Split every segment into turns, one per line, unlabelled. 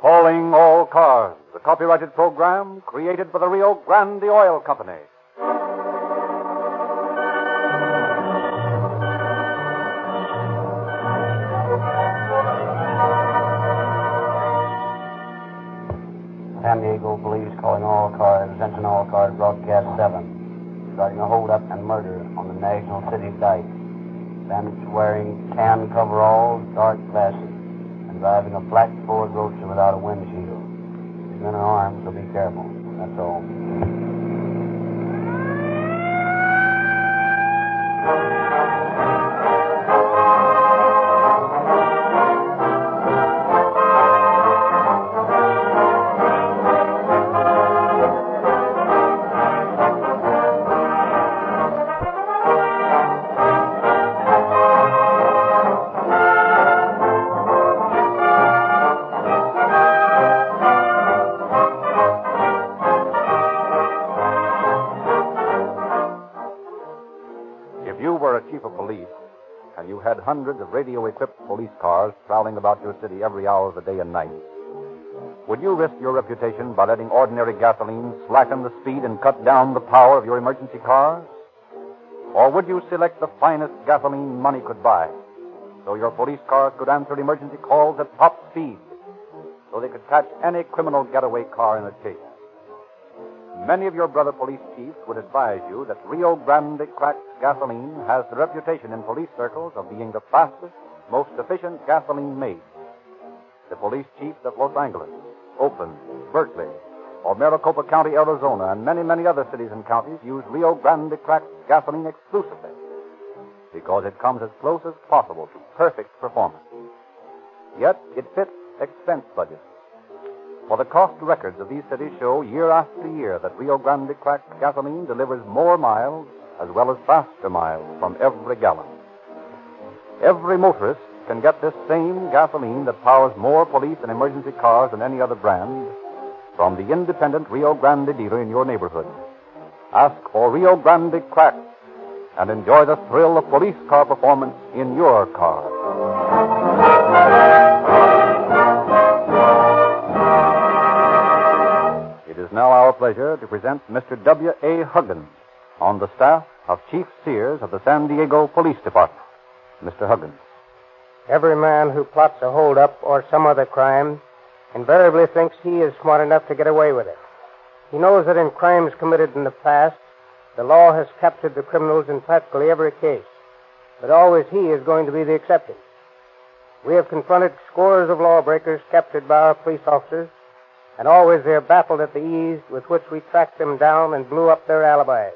Hauling All Cars, the copyrighted program created by the Rio Grande Oil Company.
San Diego Police calling all cars, attention all cars, broadcast 7. Regarding a holdup and murder on the National City Dike. Bandits wearing tan coveralls, dark glasses, and driving a black Ford Roadster without a windshield. These men are armed, so be careful. That's all.
If you were a chief of police and you had hundreds of radio equipped police cars prowling about your city every hour of the day and night, would you risk your reputation by letting ordinary gasoline slacken the speed and cut down the power of your emergency cars? Or would you select the finest gasoline money could buy so your police cars could answer emergency calls at top speed so they could catch any criminal getaway car in the chase? Many of your brother police chiefs would advise you that Rio Grande cracked gasoline has the reputation in police circles of being the fastest, most efficient gasoline made. The police chiefs of Los Angeles, Oakland, Berkeley, or Maricopa County, Arizona, and many, many other cities and counties use Rio Grande cracked gasoline exclusively because it comes as close as possible to perfect performance. Yet it fits expense budgets. For the cost records of these cities show year after year that Rio Grande cracked gasoline delivers more miles as well as faster miles from every gallon. Every motorist can get this same gasoline that powers more police and emergency cars than any other brand from the independent Rio Grande dealer in your neighborhood. Ask for Rio Grande cracked and enjoy the thrill of police car performance in your car. It is now our pleasure to present Mr. W.A. Huggins on the staff of Chief Sears of the San Diego Police Department. Mr. Huggins.
Every man who plots a holdup or some other crime invariably thinks he is smart enough to get away with it. He knows that in crimes committed in the past, the law has captured the criminals in practically every case, but always he is going to be the exception. We have confronted scores of lawbreakers captured by our police officers, and always they are baffled at the ease with which we tracked them down and blew up their alibis.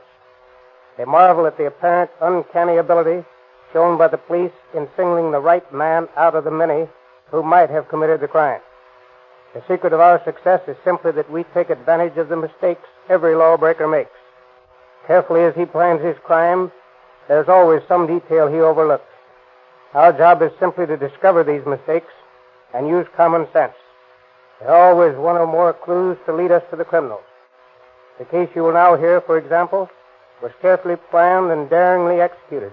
They marvel at the apparent uncanny ability shown by the police in singling the right man out of the many who might have committed the crime. The secret of our success is simply that we take advantage of the mistakes every lawbreaker makes. Carefully as he plans his crime, there's always some detail he overlooks. Our job is simply to discover these mistakes and use common sense. There are always one or more clues to lead us to the criminals. The case you will now hear, for example, was carefully planned and daringly executed.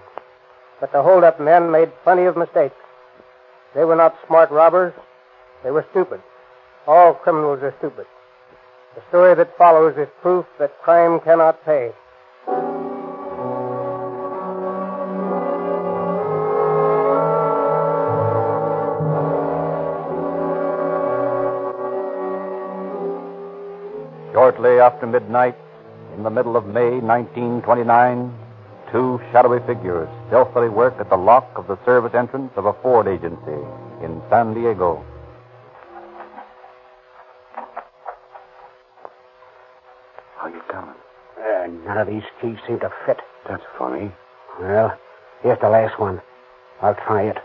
But the holdup men made plenty of mistakes. They were not smart robbers. They were stupid. All criminals are stupid. The story that follows is proof that crime cannot pay.
Shortly after midnight, in the middle of May 1929, two shadowy figures stealthily worked at the lock of the service entrance of a Ford agency in San Diego.
How you coming? Uh, none of these keys seem to fit. That's funny. Well, here's the last one. I'll try it.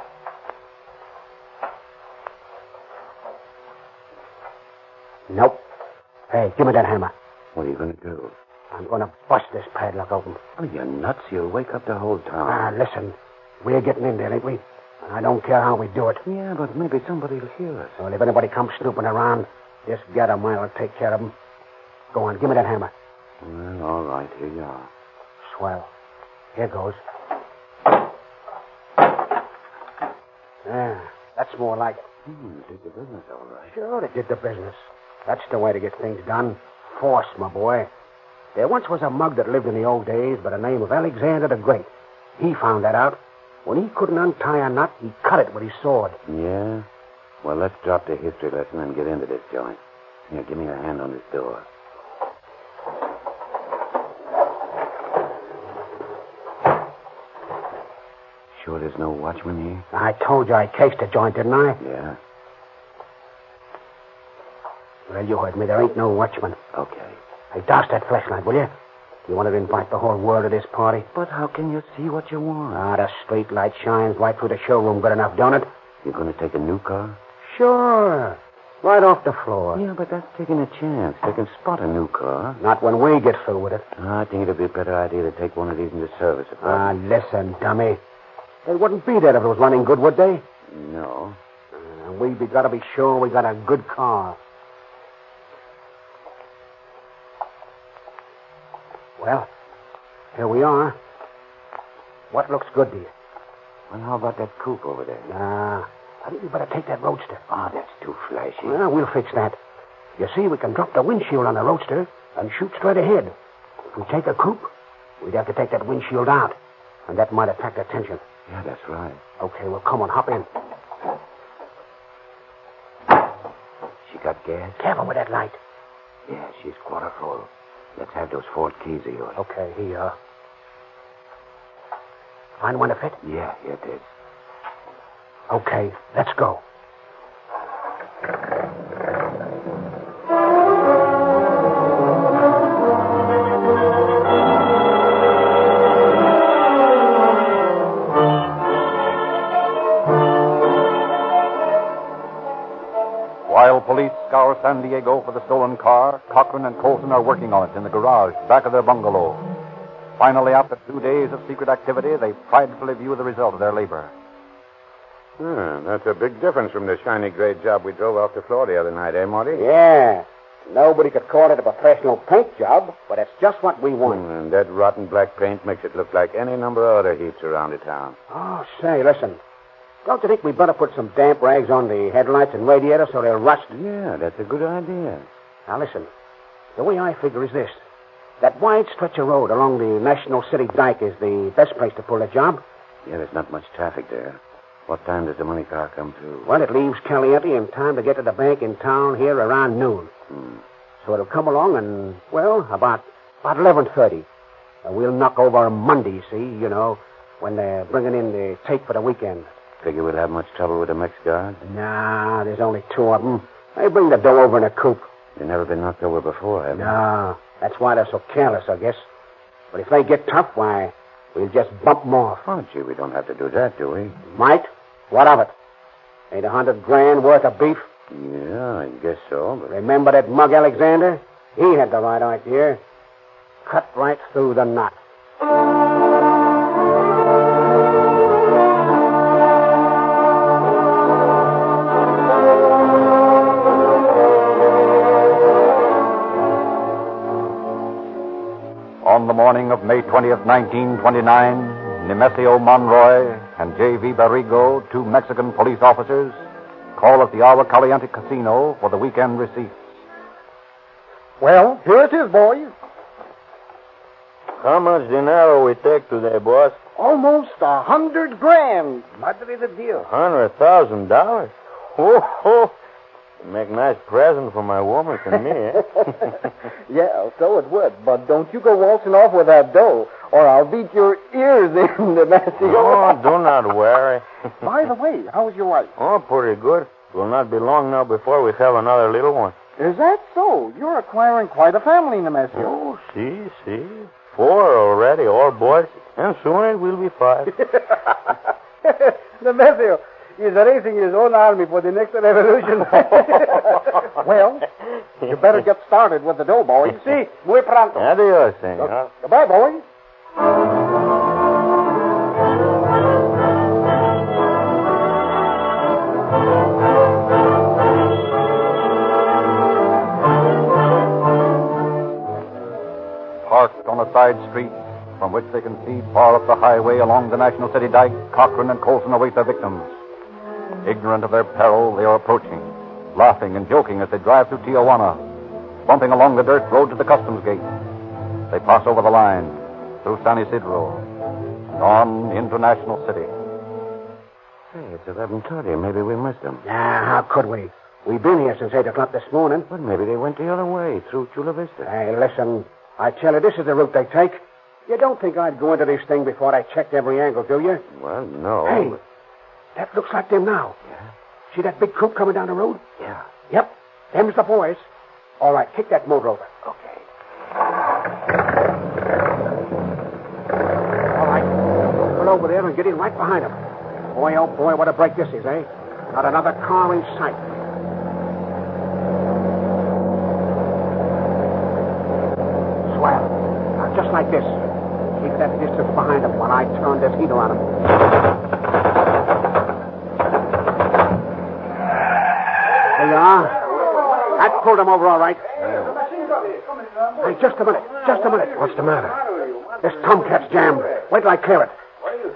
Nope. Hey, give me that hammer.
What are you going to do?
I'm going to bust this padlock open.
Oh, you nuts. You'll wake up the whole
Ah,
town.
listen. We're getting in there, ain't we? And I don't care how we do it.
yeah, but maybe somebody'll hear us.
Well, if anybody comes snooping around, this gutter mine will take care of 'em. Go on, give me that hammer.
Well, all right. Here you are.
Swell. Here goes. There. Ah, That's more like it.
Hmm, did the business all right.
Sure, it did the business. That's the way to get things done. Force, my boy. There once was a mug that lived in the old days by the name of Alexander the Great. He found that out. When he couldn't untie a knot, he cut it with his sword.
Yeah? Well, let's drop the history lesson and get into this joint. Here, give me a hand on this door. Sure there's no watchman here?
I told you I cased the joint, didn't I?
Yeah.
Well, you heard me. There ain't no watchman.
Okay.
Hey, douse that flashlight, will you? You want to invite the whole world to this party?
But how can you see what you want?
Ah, the street light shines right through the showroom good enough, don't it?
You're going to take a new car?
Sure. Right off the floor.
Yeah, but that's taking a chance. They can spot a new car.
Not when we get through with it.
I think it'd be a better idea to take one of these into service. if
Ah,
I-
listen, dummy. They wouldn't be there if it was running good, would they?
no.
Uh, we be got to be sure we got a good car. Well, here we are. What looks good to you?
Well, how about that coupe over there?
Ah, I think you better take that roadster.
Ah, that's too flashy.
Well, we'll fix that. You see, we can drop the windshield on the roadster and shoot straight ahead. If we take a coupe, we'd have to take that windshield out, and that might attract attention.
Yeah, that's right.
Okay, well, come on, hop in.
She got gas?
Careful with that light.
Yeah, she's quarter full. Let's have those Ford keys of yours.
Okay, here. you are. Find one to fit?
Yeah, here it is.
Okay, let's go.
While police scour San Diego for the stolen car, Cochran and Colson are working on it in the garage back of their bungalow. Finally, after two days of secret activity, they pridefully view the result of their labor.
Hmm, that's a big difference from the shiny gray job we drove off to Florida the other night, eh, Marty?
Yeah. Nobody could call it a professional paint job, but it's just what we want.
Hmm, And that rotten black paint makes it look like any number of other heaps around the town.
Oh, say, listen. Don't you think we'd better put some damp rags on the headlights and radiator so they'll rust?
Yeah, that's a good idea.
Now, listen. The way I figure is this. That wide stretch of road along the National City Dike is the best place to pull the job.
Yeah, there's not much traffic there. What time does the money car come through?
Well, it leaves Caliente in time to get to the bank in town here around noon.
Hmm.
So it'll come along and, well, about, about 11.30. Uh, we'll knock over Monday, see, you know, when they're bringing in the tape for the weekend.
Figure we'll have much trouble with the Mex guard?
Nah, there's only two of 'em. They bring the dough over in a coupe.
They've never been knocked over before, have they?
Nah, that's why they're so careless, I guess. But if they get tough, why, we'll just bump 'em off.
Oh, gee, we don't have to do that, do we?
Might? What of it? Ain't a hundred grand worth of beef?
Yeah, I guess so, but...
Remember that mug Alexander? He had the right idea. Cut right through the knot.
On the morning of May 20th, 1929, Nemesio Monroy and J.V. Barrigo, two Mexican police officers, call at the Agua Caliente Casino for the weekend receipts.
Well, here it is, boys.
How much dinero we take today, boss?
Almost a hundred grand. Madre de Dios.
Hundred thousand dollars. Oh, ho! Make nice present for my woman and me. Eh?
yeah, so it would. But don't you go waltzing off with that dough, or I'll beat your ears in,
oh, do not worry.
By the way, how's your wife?
Oh, pretty good. Will not be long now before we have another little one.
Is that so? You're acquiring quite a family, Nemesio.
Oh, see, see. Four already, all boys, and soon it will be five.
Nemesio is raising his own army for the next revolution. well, you better get started with the dough, boys. See, muy pronto.
Adios, senor.
Goodbye, boys.
Parked on a side street from which they can see far up the highway along the National City Dike, Cochran and Colson await their victims. Ignorant of their peril, they are approaching, laughing and joking as they drive through Tijuana, bumping along the dirt road to the customs gate. They pass over the line, through San Isidro, and on International City.
Hey, it's 11.30. Maybe we missed them.
Ah, how could we? We've been here since 8 o'clock this morning.
Well, maybe they went the other way, through Chula Vista.
Hey, listen. I tell you, this is the route they take. You don't think I'd go into this thing before I checked every angle, do you?
Well,
Oh.
no.
Hey, that looks like them now.
Yeah.
See that big group coming down the road?
Yeah.
Yep, them's the boys. All right, kick that motor over.
Okay.
All right, pull over there and get in right behind them. Boy, oh boy, what a break this is, eh? Not another car in sight. Swell. Now, just like this. Keep that distance behind them while I turn this heater on them. There you are. That pulled them over all right. Hey, just a minute. Just a minute. What's the matter? This tomcat's jammed. Wait till I clear it.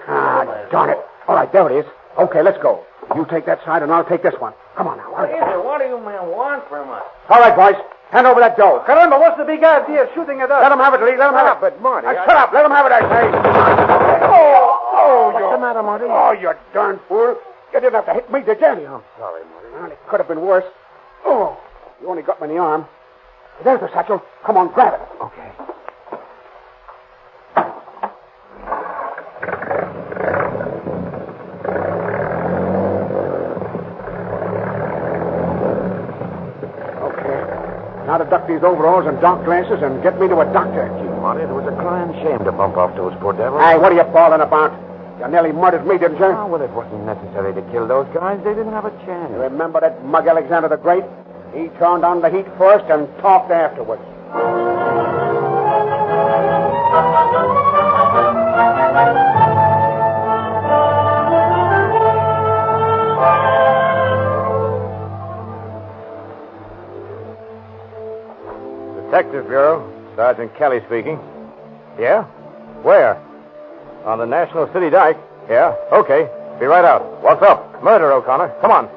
Ah, darn it. All right, there it is. Okay, let's go. You take that side, and I'll take this one. Come on now. What is it? What do you men want from us? All right, boys. Hand over that dough. Caramba, what's the big idea of shooting at us? Let 'em have it, Lee. Let 'em have it. But, Marty. shut up. Let 'em have it, I say. Oh, oh, What's the matter, Marty? Oh, you darn fool. You didn't have to hit me, did you? I'm sorry, Marty. Well, it could have been worse. Oh, you only got me in the arm. There's the satchel. Come on, grab it.
Okay.
Okay. Now to duck these overalls and dark glasses and get me to a doctor.
Marty, it was a crying shame to bump off those poor devils.
Hey, what are you bawling about? You nearly murdered me, didn't you?
Oh, well, it wasn't necessary to kill those guys. They didn't have a chance.
Remember that mug Alexander the Great? He turned on the heat first and talked afterwards.
Detective Bureau, Sergeant Kelly speaking.
Yeah?
Where?
On the National City Dike.
Yeah? Okay. Be right out. What's up?
Murder, O'Connor. Come on.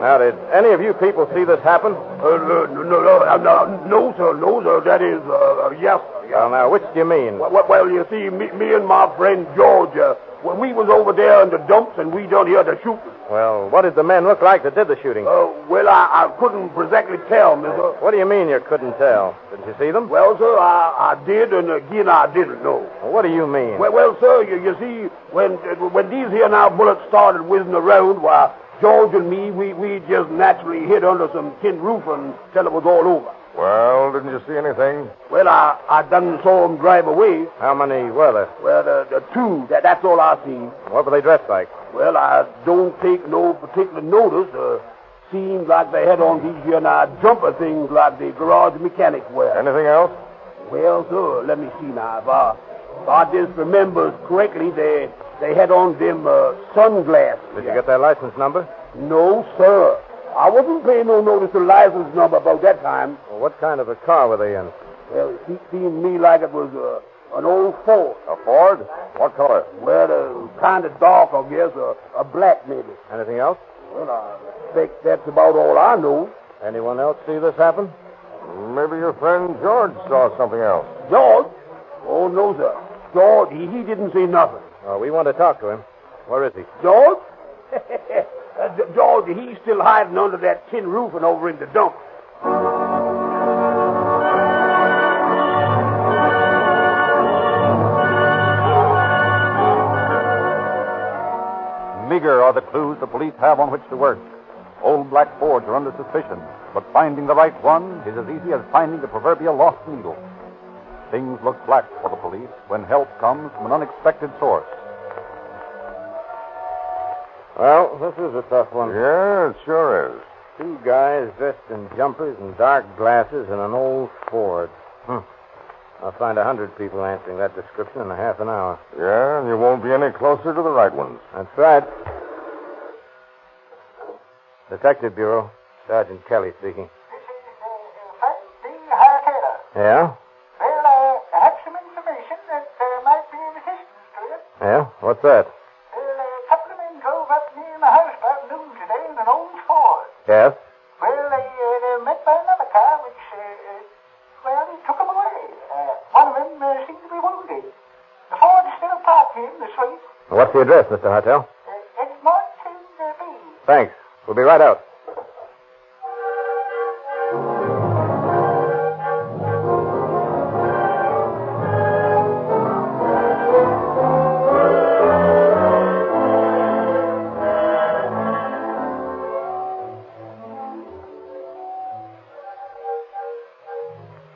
Now, did any of you people see this happen?
Uh, no, no, no, uh, no, no, sir, no, sir. That is, uh, uh, yes, sir, yes.
Well, now, which do you mean?
Well, well, well, you see, me, me and my friend George, uh, when we was over there in the dumps and we done here the shooting,
Well, what did the men look like that did the shooting?
uh, well, I, I couldn't exactly tell, mister.
What do you mean you couldn't tell? Didn't you see them?
Well, sir, I, I did, and again, I didn't know.
What do you mean?
Well, well sir, you, you see, when uh, when these here now bullets started whizzing around, why, George and me, we, we just naturally hid under some tin roof until it was all over.
Well, didn't you see anything?
Well, I, I done saw 'em drive away,
How many were there?
Well, the, the two, that, that's all I see.
What were they dressed like?
Well, I don't take no particular notice. Uh, seems like they had on these here now jumper things like the garage mechanic wear.
Anything else?
Well, sir, let me see now. If I, if I just remembers correctly, they they had on them uh, sunglasses.
Did you get their license number?
No, sir. I wasn't paying no notice to license number about that time.
Well, what kind of a car were they in?
Well, it se- seemed to me like it was uh, an old Ford.
A Ford? What color?
Well, uh, kind of dark, I guess, or, or black maybe.
Anything else?
Well, I think that's about all I know.
Anyone else see this happen? Maybe your friend George saw something else.
George? Oh, no, sir. George, he, he didn't see nothing.
Oh, we want to talk to him. Where is he?
George? Uh, G- George, he's still hiding under that tin roof and over in the dump.
Meager are the clues the police have on which to work. Old black Fords are under suspicion, but finding the right one is as easy as finding the proverbial lost needle. Things look black for the police when help comes from an unexpected source.
Well, this is a tough one.
Yeah, it sure is.
Two guys dressed in jumpers and dark glasses and an old Ford. Hmm. I'll find a hundred people answering that description in a half an hour.
Yeah, and you won't be any closer to the right ones.
That's right. Detective Bureau, Sergeant Kelly speaking.
This is uh, Frank D. Hartaylor.
Yeah?
Well, uh, I have some information that uh, might be of assistance to you.
Yeah? What's that?
Well, uh, a couple of men drove up near my house about noon today in an old Ford.
Yes?
Well, they, uh, they were met by another car, which, uh, uh, well, it took them away. Uh, one of them uh, seemed to be wounded. The Ford is still parked here in the street.
What's the address, Mr. Hartel?
Uh, it's Martin uh, B.
Thanks. We'll be right out.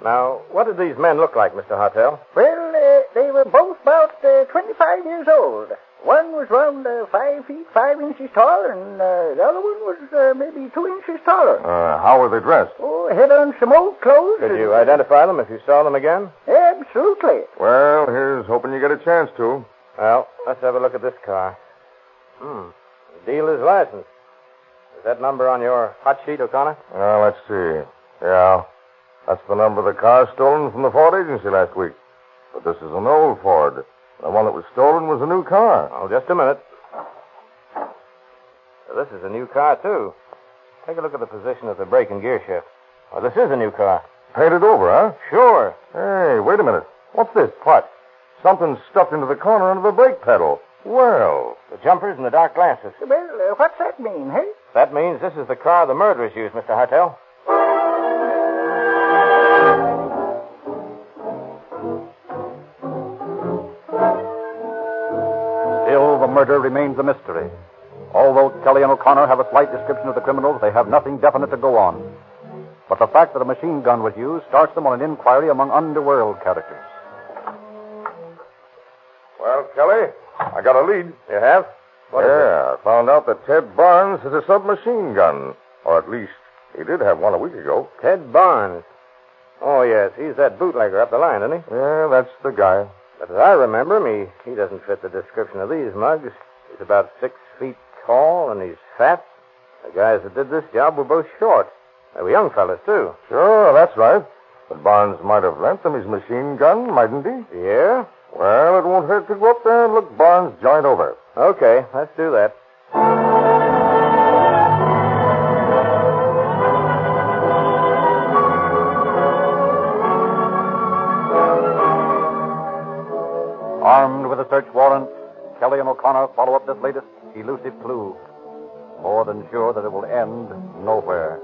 Now, what did these men look like, Mr. Hartel?
Well, uh, they were both about uh, 25 years old. One was round uh, 5 feet 5 inches tall, and uh, the other one was uh, maybe 2 inches taller.
Uh, how were they dressed?
Oh, had on some old clothes.
Did
and-
you identify them if you saw them again?
Absolutely.
Well, here's hoping you get a chance to.
Well, let's have a look at this car. Hmm. Dealer's license. Is that number on your hot sheet, O'Connor?
Uh, let's see. Yeah. That's the number of the car stolen from the Ford agency last week. But this is an old Ford. The one that was stolen was a new car.
Oh, just a minute. Well, This is a new car, too. Take a look at the position of the brake and gear shift. Well, this is a new car.
Painted over, huh?
Sure.
Hey, wait a minute. What's this? What? Something stuffed into the corner under the brake pedal. Well,
The jumpers and the dark glasses.
Well, uh, what's that mean, hey?
That means this is the car the murderers used, Mr. Hartel.
Still, the murder remains a mystery. Although Kelly and O'Connor have a slight description of the criminals, they have nothing definite to go on. But the fact that a machine gun was used starts them on an inquiry among underworld characters.
Well, Kelly, I got a lead.
You have? What is
yeah, I found out that Ted Barnes has a submachine gun. Or at least, he did have one a week ago.
Ted Barnes. Oh, yes. He's that bootlegger up the line, isn't he?
Yeah, that's the guy.
But as I remember him, he, he doesn't fit the description of these mugs. He's about six feet tall and he's fat. The guys that did this job were both short. They were young fellas, too.
Sure, that's right. But Barnes might have lent them his machine gun, mightn't he?
Yeah?
Well, it won't hurt to go up there and look Barnes' joint over.
Okay, let's do that.
Armed with a search warrant, Kelly and O'Connor follow up this latest elusive clue. More than sure that it will end nowhere.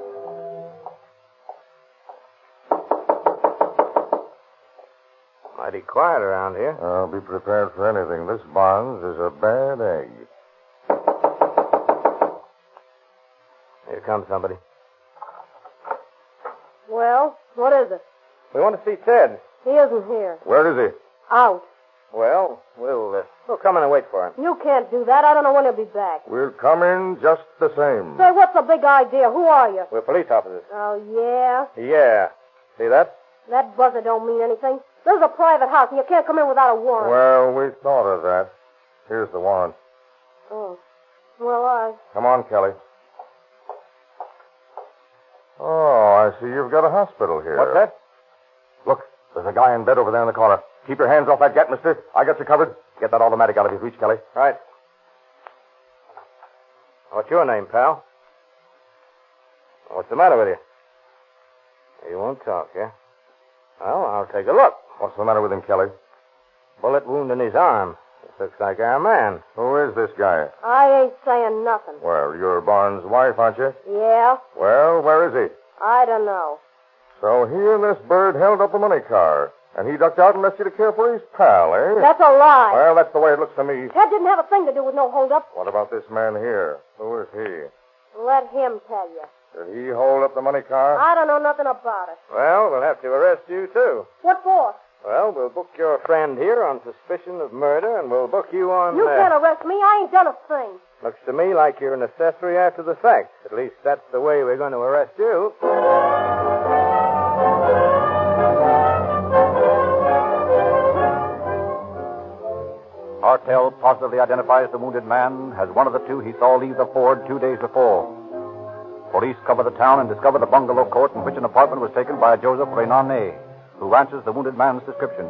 Mighty quiet around here.
I'll be prepared for anything. This Barnes is a bad egg.
Here comes somebody.
Well, what is it?
We want to see Ted.
He isn't here.
Where is he?
Out.
Well, we'll, uh, we'll come in and wait for him.
You can't do that. I don't know when he'll be back.
We'll come in just the same.
Say, what's the big idea? Who are you?
We're police officers.
Oh, yeah?
Yeah. See that?
That buzzer don't mean anything. This is a private house, and you can't come in without a warrant.
Well, we thought of that. Here's the warrant.
Oh. Well, I...
Come on, Kelly. Oh, I see you've got a hospital here.
What's that?
Look, there's a guy in bed over there in the corner. Keep your hands off that gat, mister. I got you covered. Get that automatic out of his reach, Kelly.
Right. What's your name, pal? What's the matter with you? You won't talk, yeah? Well, I'll take a look.
What's the matter with him, Kelly?
Bullet wound in his arm. This looks like our man.
Who is this guy?
I ain't saying nothing.
Well, you're Barnes' wife, aren't you?
Yeah?
Well, where is he?
I don't know.
So he and this bird held up the money car, and he ducked out and left you to care for his pal, eh?
That's a lie.
Well, that's the way it looks to me.
Ted didn't have a thing to do with no holdup.
What about this man here? Who is he?
Let him tell you.
Did he hold up the money car?
I don't know nothing about it.
Well, we'll have to arrest you, too.
What for?
Well, we'll book your friend here on suspicion of murder, and we'll book you on.
You
uh,
can't arrest me. I ain't done a thing.
Looks to me like you're an accessory after the fact. At least that's the way we're going to arrest you.
Hartel positively identifies the wounded man as one of the two he saw leave the Ford two days before. Police cover the town and discover the bungalow court in which an apartment was taken by a Joseph Renane, who answers the wounded man's description.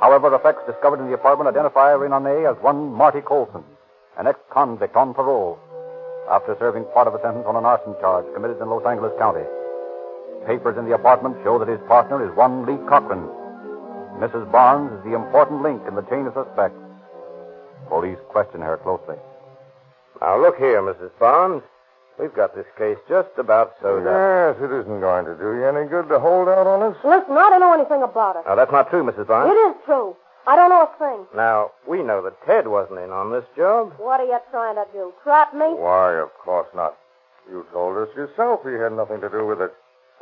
However, effects discovered in the apartment identify Renane as one Marty Colson, an ex-convict on parole, after serving part of a sentence on an arson charge committed in Los Angeles County. Papers in the apartment show that his partner is one Lee Cochran. Mrs. Barnes is the important link in the chain of suspects. Police question her closely.
Now, look here, Mrs. Barnes. We've got this case just about sewed up.
Yes, it isn't going to do you any good to hold out on us.
Listen, I don't know anything about it.
Now, that's not true, Mrs. Barnes.
It is true. I don't know a thing.
Now, we know that Ted wasn't in on this job.
What are you trying to do? Trap me?
Why, of course not. You told us yourself he had nothing to do with it.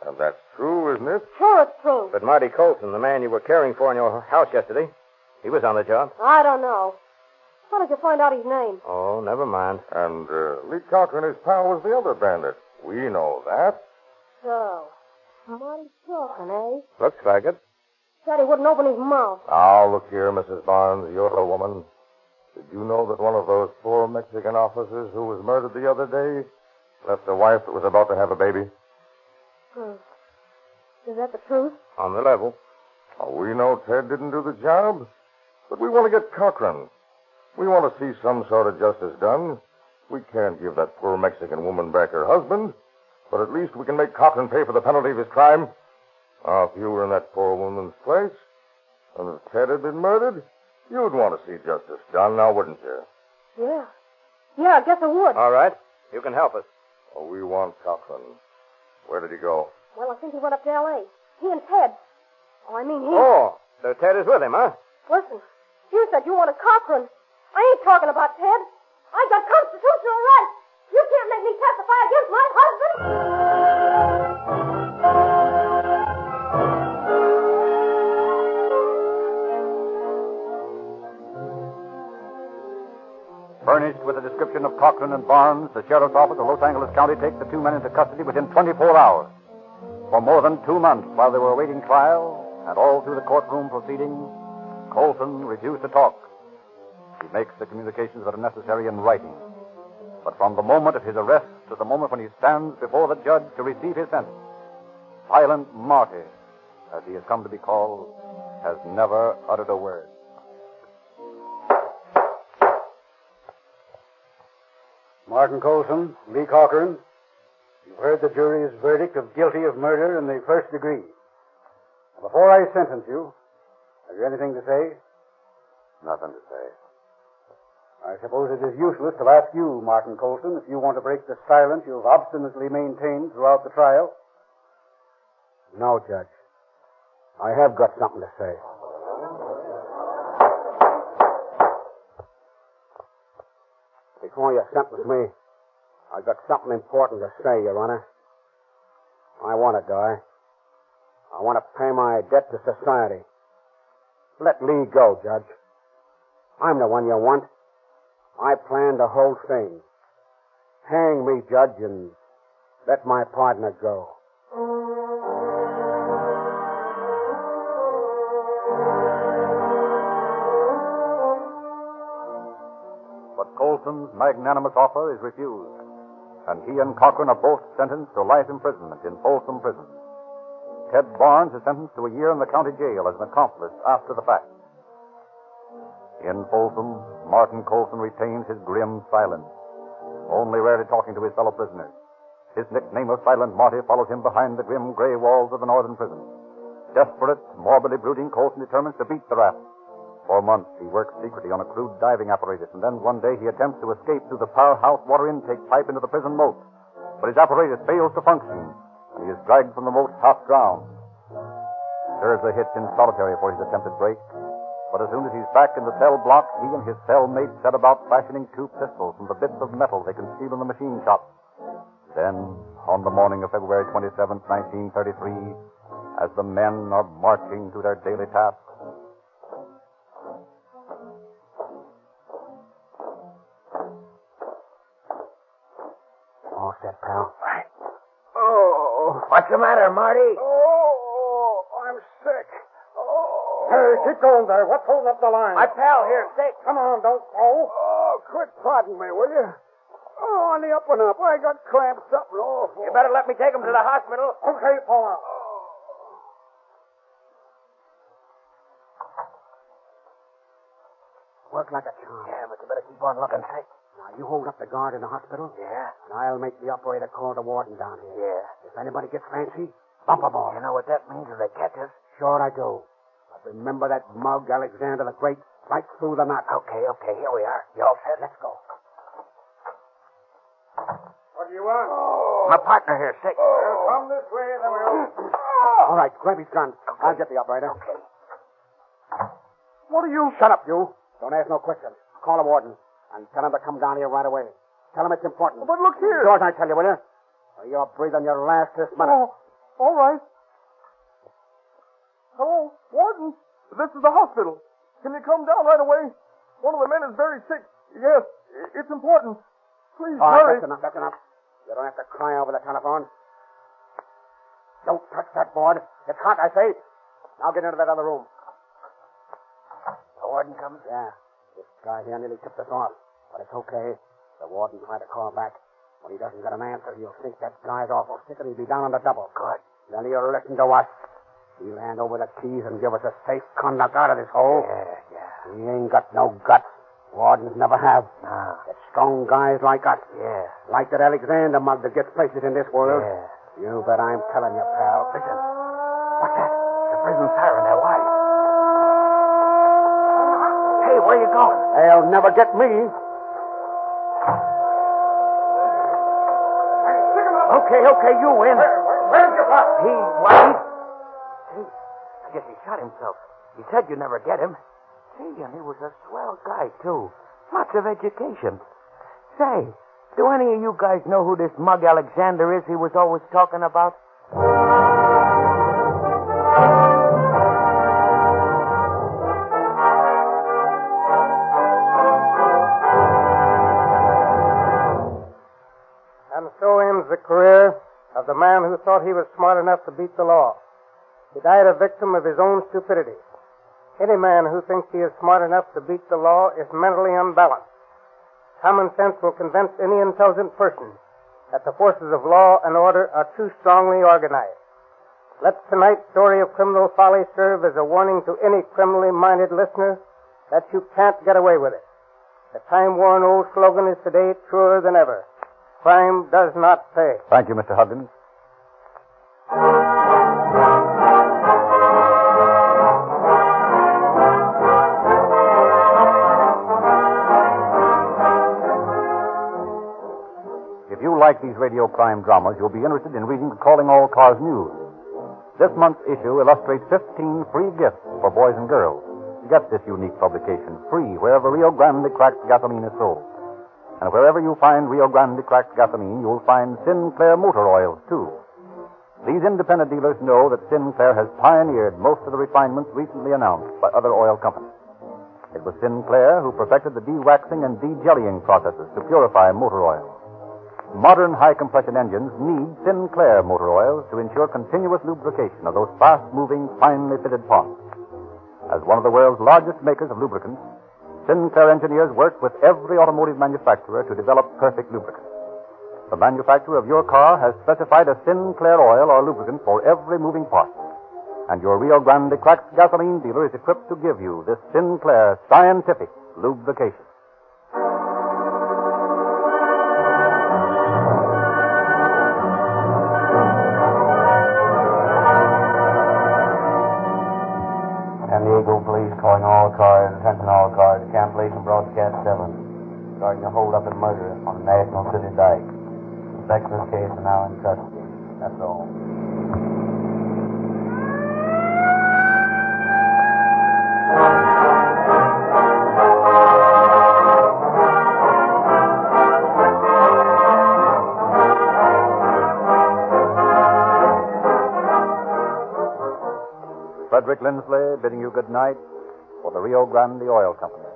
And that's true, isn't it?
Sure, it's true.
But Marty Colson, the man you were caring for in your house yesterday, he was on the job.
I don't know. How did you find out his name?
Oh, never mind.
And uh, Lee Cochran, his pal, was the other bandit. We know that.
So, Marty Talking, eh?
Looks like it.
Said he wouldn't open his mouth.
Now, look here, Mrs. Barnes, you're a woman. Did you know that one of those poor Mexican officers who was murdered the other day left a wife that was about to have a baby?
Hmm. Is that the truth?
On the level.
Now, we know Ted didn't do the job, but we want to get Cochran. We want to see some sort of justice done. We can't give that poor Mexican woman back her husband, but at least we can make Cochran pay for the penalty of his crime. Now, if you were in that poor woman's place, and if Ted had been murdered, you'd want to see justice done, now wouldn't you?
Yeah. Yeah, I guess I would.
All right. You can help us.
Oh, we want Cochran. Where did he go?
Well, I think he went up to L.A. He and Ted. Oh, I mean he.
Oh, so Ted is with him, huh?
Listen, you said you wanted Cochran. I ain't talking about Ted. I got constitutional rights. You can't make me testify against my husband.
Furnished with a description of Cochran and Barnes, the sheriff's office of Los Angeles County takes the two men into custody within 24 hours. For more than two months, while they were awaiting trial, and all through the courtroom proceedings, Colson refused to talk. He makes the communications that are necessary in writing. But from the moment of his arrest to the moment when he stands before the judge to receive his sentence, Silent Marty, as he has come to be called, has never uttered a word.
Martin Colson, Lee Cochran, you've heard the jury's verdict of guilty of murder in the first degree. Now, Before I sentence you, have you anything to say?
Nothing to say.
I suppose it is useless to ask you, Martin Colson, if you want to break the silence you've obstinately maintained throughout the trial.
No, Judge. I have got something to say. Before you sentence me, I got something important to say, Your Honor. I want to die. I want to pay my debt to society. Let Lee go, Judge. I'm the one you want. I planned the whole thing. Hang me, Judge, and let my partner go.
But Colson's magnanimous offer is refused, and he and Cochran are both sentenced to life imprisonment in Folsom Prison. Ted Barnes is sentenced to a year in the county jail as an accomplice after the fact. In Folsom, Martin Colson retains his grim silence, only rarely talking to his fellow prisoners. His nickname of Silent Marty follows him behind the grim gray walls of the northern prison. Desperate, morbidly brooding, Colson determines to beat the rap. For months, he works secretly on a crude diving apparatus, and then one day he attempts to escape through the powerhouse water intake pipe into the prison moat. But his apparatus fails to function, and he is dragged from the moat half drowned. Serves a hit in solitary for his attempted break, but as soon as he's back in the cell block, he and his cellmate set about fashioning two pistols from the bits of metal they conceal in the machine shop. Then, on the morning of February 27, 1933, as the men are marching to their daily task,
All set, pal.
Oh. What's the matter, Marty?
Oh, I'm sick. Oh.
keep going there. What's holding up the line?
My pal here, sick.
Come on, don't fall.
Oh, quit prodding me, will you? Oh,
on the up and up. I got cramps, something awful.
You better let me take him to the hospital.
Okay, Paul.
Work like a charm.
Yeah, but you better keep on looking tight.
Now, you hold up the guard in the hospital.
Yeah?
And I'll make the operator call the warden down here.
Yeah.
If anybody gets fancy, bump 'em all.
You know what that means if they catch us?
Sure I do. But remember that mug, Alexander the Great, right through the knot.
Okay, okay, here we are. You all set?
Let's go.
What do you want?
My partner here's sick.
Well, come this way, then we'll...
All right, grab his gun. I'll get the operator.
Okay.
What are you? Shut up, you. Don't ask no questions. Call the warden and tell him to come down here right away. Tell him it's important.
But look here.
George, I tell you, will you? Or You're breathing your last this minute.
Oh, all right. Hello, Warden. This is the hospital. Can you come down right away? One of the men is very sick. Yes, i- it's important. Please
All right,
hurry.
that's enough, that's enough. You don't have to cry over the telephone. Don't touch that board. It's hot, I say. Now get into that other room.
The warden comes.
Yeah. This guy here nearly tipped us off. But it's okay. The warden tried to call back. When he doesn't get an answer, he'll think that guy's awful sick and he'll be down on the double. Good. Then he'll listen to us. He'll hand over the keys and give us a safe conduct out of this hole.
Yeah, yeah.
He ain't got no guts. Wardens never have.
No.
It's strong guys like us.
Yeah.
Like that Alexander mug that gets places in this world.
Yeah.
You bet I'm telling you, pal.
Listen. What's that? The prison siren there. Why? Hey, where you going?
They'll never get me.
Okay, okay, you win.
Where's your box?
He wasn't. Gee, I guess he shot himself. He said you'd never get him. Gee, and he was a swell guy, too. Lots of education. Say, do any of you guys know who this mug Alexander is he was always talking about?
And so ends the career of the man who thought he was smart enough to beat the law. He died a victim of his own stupidity. Any man who thinks he is smart enough to beat the law is mentally unbalanced. Common sense will convince any intelligent person that the forces of law and order are too strongly organized. Let tonight's story of criminal folly serve as a warning to any criminally minded listener that you can't get away with it. The time worn old slogan is today truer than ever. Crime does not pay.
Thank you, Mr. Huggins. If you like these radio crime dramas, you'll be interested in reading the Calling All Cars News. This month's issue illustrates 15 free gifts for boys and girls. Get this unique publication free wherever Rio Grande cracked gasoline is sold. And wherever you find Rio Grande cracked gasoline, you'll find Sinclair motor oils, too. These independent dealers know that Sinclair has pioneered most of the refinements recently announced by other oil companies. It was Sinclair who perfected the de-waxing and de-jellying processes to purify motor oil. Modern high compression engines need Sinclair motor oils to ensure continuous lubrication of those fast moving, finely fitted parts. As one of the world's largest makers of lubricants, Sinclair engineers work with every automotive manufacturer to develop perfect lubricants. The manufacturer of your car has specified a Sinclair oil or lubricant for every moving part. And your Rio Grande Cracks gasoline dealer is equipped to give you this Sinclair scientific lubrication.
San Diego police calling all cars, attention all cars, cancellation broadcast 7. Starting a hold up and murder on the National City Dyke. Suspects in this case are now in custody. That's all.
Frederick Lindsley bidding you good night for the Rio Grande Oil Company.